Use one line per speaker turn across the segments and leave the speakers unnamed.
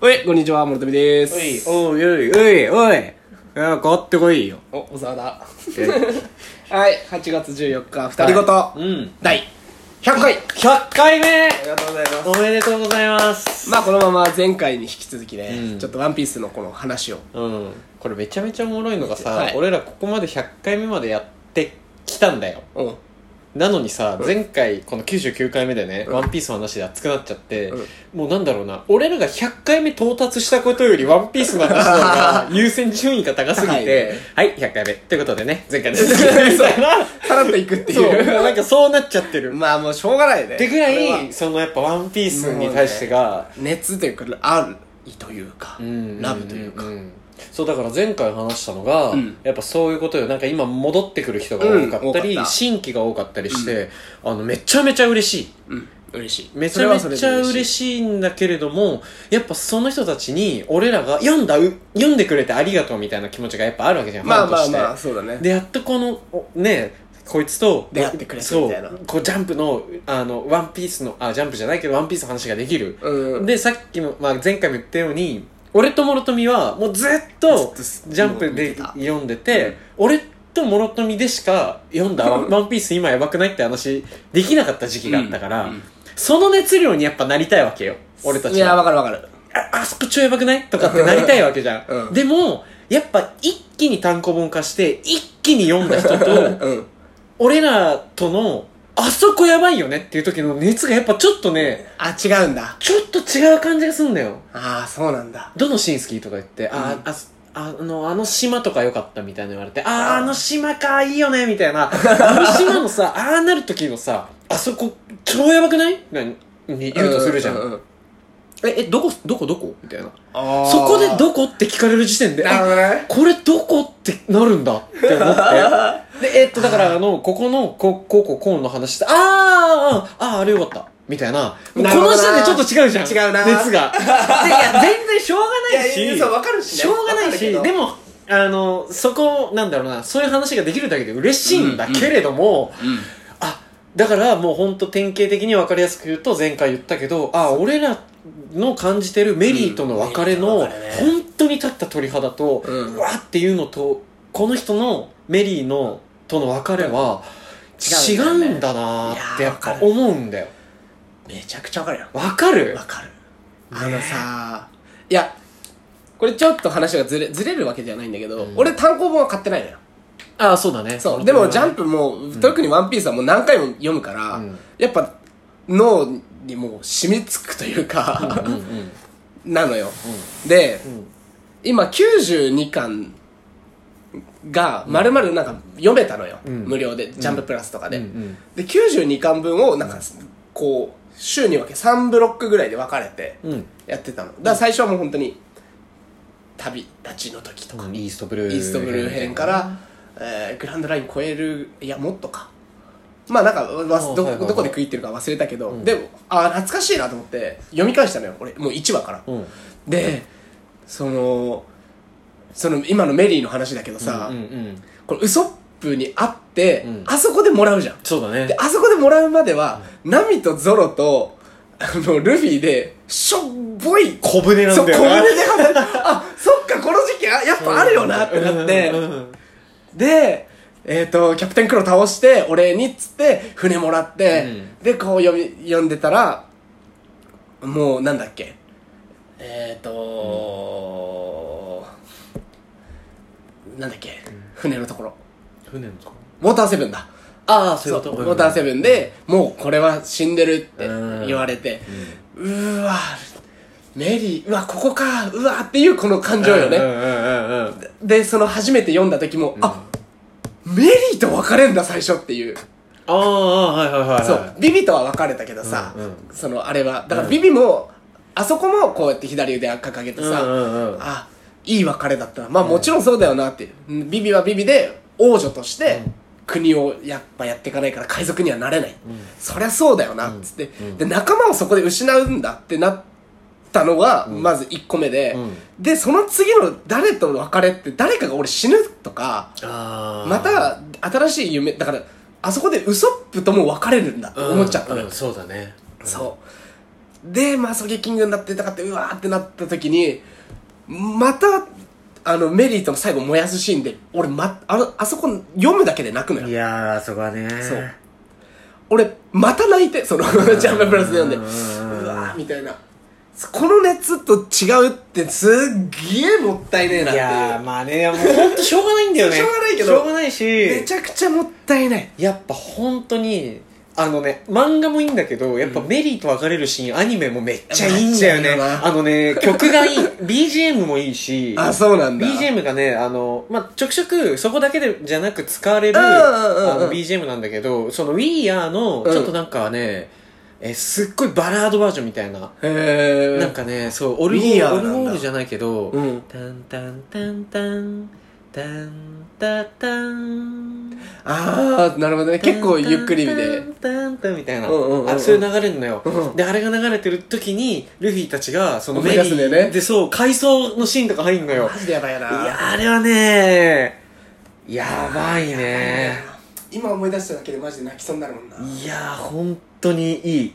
おい、こんにちは、諸富です。
おい
おい、おい、おい、おい。あ、買ってこいよ。
お、小沢だ。
はい、8月14日、二人ごと、
うん。
第
100回
100回目
ありがとうございます。
おめでとうございます
まあ、このまま前回に引き続きね、
うん
ちょっとワンピースのこの話を。
うんこれめちゃめちゃおもろいのがさ、
はい
俺らここまで100回目までやってきたんだよ
うん。
なのにさ前回この99回目でね「ワンピースの話で熱くなっちゃって、
うん
もうなんだろうな俺らが100回目到達したことより「ワンピースの話の方が優先順位が高すぎてはい、100回目ということでね前回の続きでみたいな
さらっといくって
そう
いう。
もうなんかそうなっちゃってる
まあ、もうしょうがないね。
ってぐ
これは
らいそのやっぱ「ワンピースに対してが、
熱というか、ありというか、ラブというか。
んそうだから前回話したのが、
ん
やっぱそういうことよなんか今戻ってくる人が多かったり、
うん多かった
新規が多かったりして、あのめちゃめちゃ嬉しい
うん、嬉しい。
めちゃめ
それは
ち
それ
ゃ
で
嬉
しい。
しいんだけれどもやっぱその人たちに俺らが読んだう読んでくれてありがとうみたいな気持ちがやっぱあるわけじゃん、
まあ
ファ
まあ
ンとして、
まあ、そうだね。
でやっとこのおねこいつと
出会ってくれた
そう
みたいな
こうジャンプのあのワンピースのあジャンプじゃないけどワンピースの話ができる、
うん
でさっきも、まあ、前回も言ったように俺と諸富はもうずっと
ずっと
ジャンプ
見
で
てた
読んでて、俺と諸富でしか読んだ「ワンワンピース今やばくない?」って話できなかった時期があったから、
うんうん
その熱量にやっぱなりたいわけよ俺たちはい
や、わかるわかる。
あ、あそこ超やばくないとかってなりたいわけじゃん。
うん
でも、やっぱ一気に単行本化して、一気に読んだ人と、
うん。
俺らとの、あそこやばいよねっていう時の熱がやっぱちょっとね、
あ、違うんだ。
ちょっと違う感じがすんだよ。
ああ、そうなんだ。
どのシーン好きとか言って、あー、あす、あの、あの島とか良かったみたいな言われて、あー、あの島か、いいよね、みた いな。あの島のさ、ああなる時のさ、あそこ超やばくないなに言うとするじゃん。
ううう
え、え、どこ、どこどこみたいな。
あー
そこでどこって聞かれる時点で、
なるほど
え
ね
これどこってなるんだって 思って。で、えっと、だから、あの、ここの、こ、こうこうこうの話して、あーあー、あーあれよかった。みたいな。もう
な
こ
るほど
の
な
時点でちょっと違うじゃん。
違うな
熱が。でいや、全然しょう
い
がないし。
やいやそうわかるしね
しょうがないし、
わかるけど
でも、あの、そこ、なんだろうな、そういう話ができるだけで嬉しいんだけれども、あだからもうほんと典型的に分かりやすく言うと前回言ったけどあ俺らの感じてるメリーとの別れ
うん
の
メリーとの別れね
本当に立った鳥肌と、
う
うんわっていうのとこの人のメリーのとの別れは
違
違
う
うん
だよね
んだなーってやっ
いや
ぱ
ー
思うんだよ
めちゃくちゃわかるよ
わかる
わかるあのさいやこれちょっと話がずれずれるわけじゃないんだけど、
ん
俺単行本は買ってないのよ
あそうだね
そうでもジャンプ
プ
も、特に「ワンピースはもう何回も読むから、
うん
やっぱ脳にもう染み付くというか、
うんうん
なのよ、で、
ん
今92巻がまるまるなんか読めたのよ、
ん
無料でジャンププラスとかで、
うんうん
で92巻分をなんかこう週に分け3ブロックぐらいで分かれて
うん
やってたのだから最初はもう本当に旅立ちの時とか、
うんイーストブルー
イーストブルー編から、えーグランドライン超えるいやもっとかまあなんかわ
あー
ど
はいはいはい
どこで食いってるか忘れたけど、でもあー懐かしいなと思って読み返したのよ俺もう1話から、
うん
でそのその今のメリーの話だけどさ、
うんうん
このウソップに会って、
うん
あそこでもらうじゃん
そうだ
で
ね
あそこでもらうまでは、ナミとゾロと、あの、ルフィで、しょっぽい、
小舟なん
そう、
だ
小
よ
舟
な
で離れて、あ、そっか、この時期、あやっぱあるよな、ってなって
うんう、んうん
で、えっ、と、キャプテンクロ倒して、お礼に、っつって、船もらって、
う
で、こう読み、読んでたら、もう、なんだっけ。えっ、となんだっけ、船のところ。
船のとこ
ウォーターセブンだ。
ああそ
そう
いううこと
ウォーターセブンで、もうこれは死んでるって
うん
言われて、うーわ、メリー、うわ、ここか、うわっていうこの感情よ
うん
ね。
うんうんうんうん
で、その初めて読んだ時も、あメリーと別れんだ、最初っていう。
ああはいはいはいはい
そう、ビビとは別れたけどさ
うんうん、
そのあれは、だからビビも、あそこもこうやって左腕掲げて
うんう
さ、
んうん
あ、いい別れだったな。まあもちろんそうだよなっていう。ビビはビビで、王女として、国をやっぱやっていかないから海賊にはなれない。そりゃそうだよな、っつって、で、仲間をそこで失うんだってなったのが、まず1個目で、で、その次の誰との別れって、誰かが俺死ぬとか、
あー
また新しい夢、だから、あそこでウソップとも別れるんだって思っちゃったの
うん
よ
うんそうだね
そう。で、まあ、ソゲキングになってたかって、うわーってなった時に、また、あの、メリートの最後燃やすシーンで、俺、ま、あの、あそこ読むだけで泣くの
い
よ。
やーあそこはね
そう俺、また泣いて、その、ジャンププラスで読んで、
う
うんわーみたいな。この熱と違うってすっげえもったいねえなっ
い
て
やーまあねもうほんとしょうがないんだよね
しょうがないけど
しょうがないし
いう。めちゃくちゃもったいない。
やっぱ本当にあのね漫画もいいんだけどやっぱメリーと別れるシーン、アニメもめっちゃいいんだよ
めっちゃいいよ
ね
な
あのね曲がいい BGM もいいし
あ、そうなんだ。
BGM がねあの、まあ、ちょくちょくそこだけでじゃなく使われる
うんうんうんうん
あの BGM なんだけどその We Are の
うん
ちょっとなんかね、えすっごいバラードバージョンみたいな、
へー。
なんかねそうオル
We
ゴ
Are
オルゴールじゃないけど、
うん。
タンタンタンタンタンタタン
あー、なるほどね。結構ゆっくりで。
タンタンみたいな、
うんうんうんうん
あそういう流れるのよ、
うん
であれが流れてる時にルフィたちがその
思
メ
い
リ
出すんだよね
ーでそう回想のシーンとか入んのよ
マジでやばいよない
やあれはねやばいね
今思い出しただけでマジで泣きそうになるもんない
やー本当にいい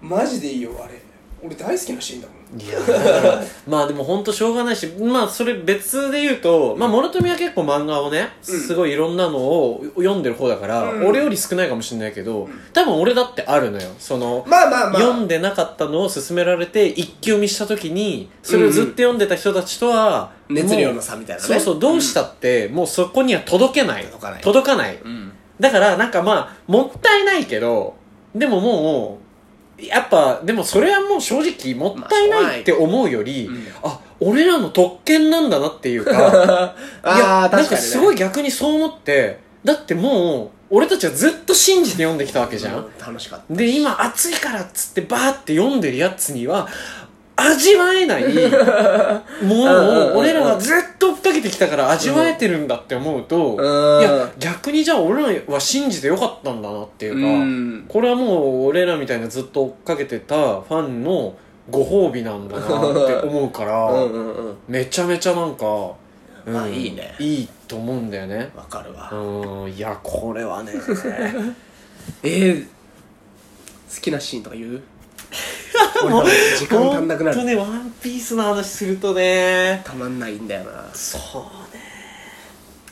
マジでいいよあれ俺大好きなシーンだもん
いやーだからまあでも本当しょうがないしまあそれ別で言うとまあ諸富は結構漫画をね
うん
すごいいろんなのを読んでる方だから、
うん
俺より少ないかもしれないけど多分俺だってあるのよその
まあまあまあ
読んでなかったのを勧められて一気読みした時にそれをずっと読んでた人たちとは、
熱量
も
の
う
差みたいなね
そうそうどうしたって、もうそこには届けない
届かない
届かない
うん
だからなんかまあもったいないけどでももうやっぱでもそれはもう正直もったいないって思うより、
うん
あ俺らの特権なんだなっていうか い
あ
や
あ確かに、ね、
なんかすごい逆にそう思ってだってもう俺たちはずっと信じて読んできたわけじゃん
う、楽しかった
で今暑いからっつってバーって読んでるやつには味わえない
う
も
んうん
のを俺らはずっと追っかけてきたから味わえてるんだって思うと、
うん
いや逆にじゃあ俺らは信じてよかったんだなっていうか、
うん
これはもう俺らみたいなずっと追っかけてたファンのご褒美なんだなって思うから、
うんうんうん
めちゃめちゃなんか、うん
まあいいね
いいと思うんだよね
わかるわ、
うんいやこ れはね
えー、好きなシーンとか言 う俺
もう
時間足んなくな
ほんと
る
ね、ワンピースの話するとね。
たまんないんだよな
そうね。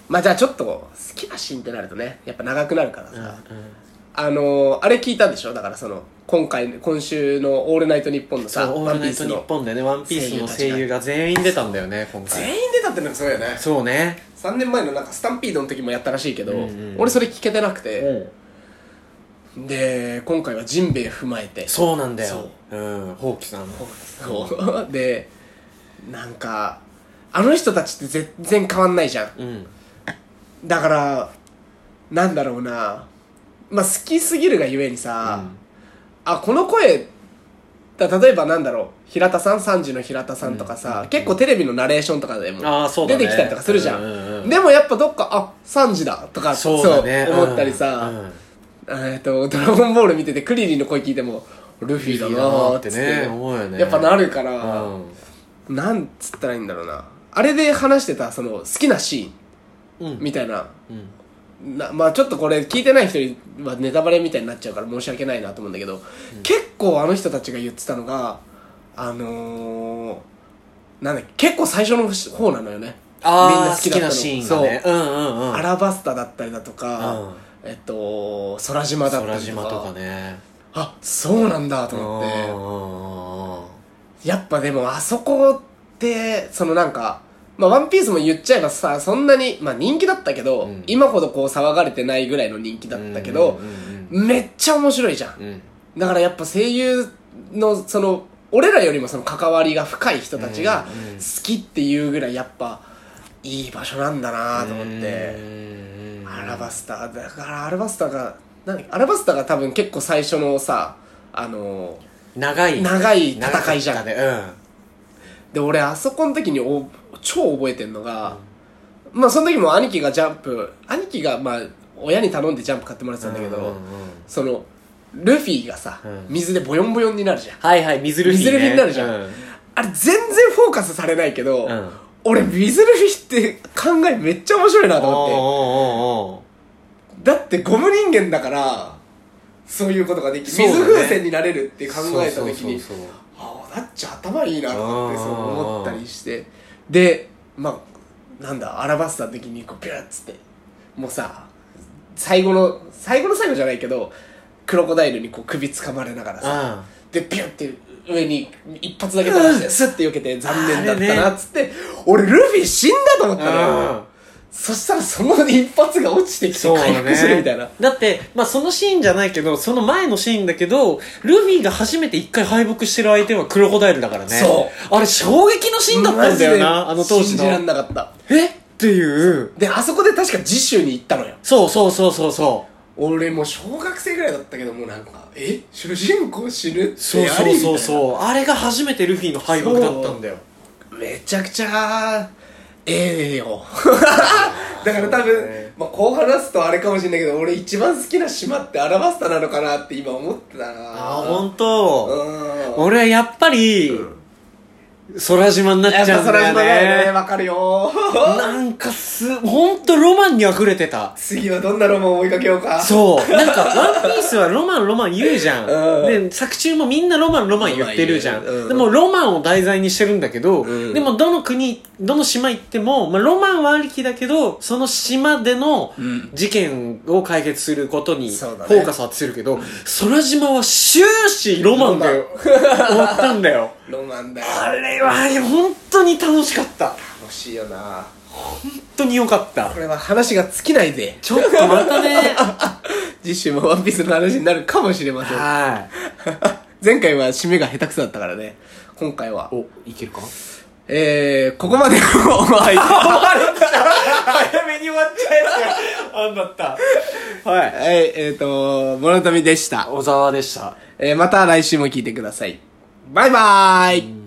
まあじゃあちょっと好きなシーンってなるとねやっぱ長くなるからさ、
う
あのー、あれ聞いたんでしょだからその今回今週の「オールナイトニッポン」の
そ
さ
う、オ
ワ
ール
ンピー
ナイト
ス
ニッ
の
ポンでね、ワンピースの声優が全員出たんだよね、今回。
全員出たってのがすごいよね
そうね。
3年前のなんかスタンピードの時もやったらしいけど、
うんうん
俺それ聞けてなくて、
ん。
で今回はジンベエ踏まえて
そうなんだよ。うん。ほうきさん。
そう でなんかあの人たちって全然変わんないじゃん
うん。
だからなんだろうなまあ好きすぎるがゆえにさ、あこの声だ例えばなんだろう平田さん3時の平田さんとかさ、結構テレビのナレーションとかでも
あーそうだ
出
ね
てきたりとかするじゃん
うんうんうん
でもやっぱどっかあ3時だとか
そうだね。
そう思ったりさ、
うんうん
えっと「ドラゴンボール」見ててクリリンの声聞いてもルフィだなーっつって
ルフィだなーってね思うよね
やっぱなるか
う
ら、
ん
なんつったらいいんだろうなあれで話してたその好きなシ
う
ーン
ん。
みたいな,、
うん
なまあちょっとこれ聞いてない人にはネタバレみたいになっちゃうから申し訳ないなと思うんだけど、結構あの人たちが言ってたのがあのー、なんだっけ結構最初の方なのよねみん
あ
な好
あ、好
き
き
だったの
なシーンがね。うんうんうん。
アラバスタだったりだとか、
うん
えっと空島だった
空
りと
島
か
とかね。
あそうなんだと
うん
思
う
っ
ん
て。
うんうん。
やっぱでもあそこってそのなんか「まあ、ワンピースも言っちゃえばさそんなに、まあ、人気だったけど、
うん
今ほどこう騒がれてないぐらいの人気だったけど
うん、うん
めっちゃ面白いじゃん
うんうん。
だからやっぱ声優のその俺らよりもその関わりが深い人たちが
うんうん
好きっていうぐらいやっぱいい場所なんだなと思って、アラバスタだからアラバスタが何アラバスタが多分結構最初のさあの
長い
長い戦いじゃん
長かったね
で俺あそこの時にお超覚えてんのが、まあその時も兄貴がジャンプ兄貴がまあ親に頼んでジャンプ買ってもらってたんだけど、
うんうんうん
そのルフィがさ、
うん
水でボヨンボヨンになるじゃん
はいはい水ルフィ、
水
ね、
ルフィになるじゃん
うん
あれ全然フォーカスされないけど、
うん
俺水ルフィって考えめっちゃ面白いなと思って
おーおーおーおー
だってゴム人間だからそういうことができ
そうだね
水風船になれるって考えた時に
そうそうそう
ああだっちゃ頭いいなとかって
あー
そう思ったりしてでまあなんだ表した時にこうビューッつってもうさ最後の最後の最後じゃないけどクロコダイルにこう首掴まれながら
そう
さ
あ
でビュッて上に一発だけ飛ばしてスッて避けて残念だったなっつって、俺ルフィ死んだと思ったのよ
あ
そしたらその一発が落ちてきて
そう
回
だ
復するみたいな、
ねだってまあそのシーンじゃないけどその前のシーンだけどルフィが初めて一回敗北してる相手はクロコダイルだからね
そう
あれ衝撃のシーンだったんだよなあの当時
信じらん
の
なかった
えっていう
であそこで確か次週に行ったのよ
そうそうそうそうそう
俺もう小学生ぐらいだったけどもうなんかえ主人公死ぬって
そう
や
そ
りみ
う
たい
そう
な
そうあれが初めてルフィの敗北だったんだよ
めちゃくちゃええ よだから多
そう
分、
だね
まあ、こう話すとあれかもしれないけど俺一番好きな島ってアラバスタなのかなって今思ってたな
ああ本当。
うん
俺はやっぱり、空島になっ
やっ
ちゃ
ぱ
うん
それ
だ
はだよね
よね。
わかるよ
なんかす、ほんとロマンに溢れてた。
次はどんなロマンを追いかけようか
そう。なんか、ワンピースはロマンロマン言うじゃん。
うん
で、作中もみんなロマンロマン言ってるじゃん。
ロマン言ううん
でも、ロマンを題材にしてるんだけど、
うん
でも、どの国、どの島行っても、まあ、ロマンはありきだけど、その島での
うん
事件を解決することにフ
そうだね
ォーカスは当ててるけど、空島は終始ロマンだよ。終わったん だよ。
ロマンだよ
あれは本当に楽しかった。
楽しいよな
本当に良かった
こ。れは話が尽きないぜ
ちょっとまたね。
次週もワンピースの話になるかもしれません
は。
前回は締めが下手くそだったからね今回はい
お、いけるか
えー、ここまでの お相手
早めに終わっちゃうやつが、あんだった。はい。
はいえっ、ー、と物のたみでした、
小沢でした。
えー、また来週も聞いてくださいバイバーイ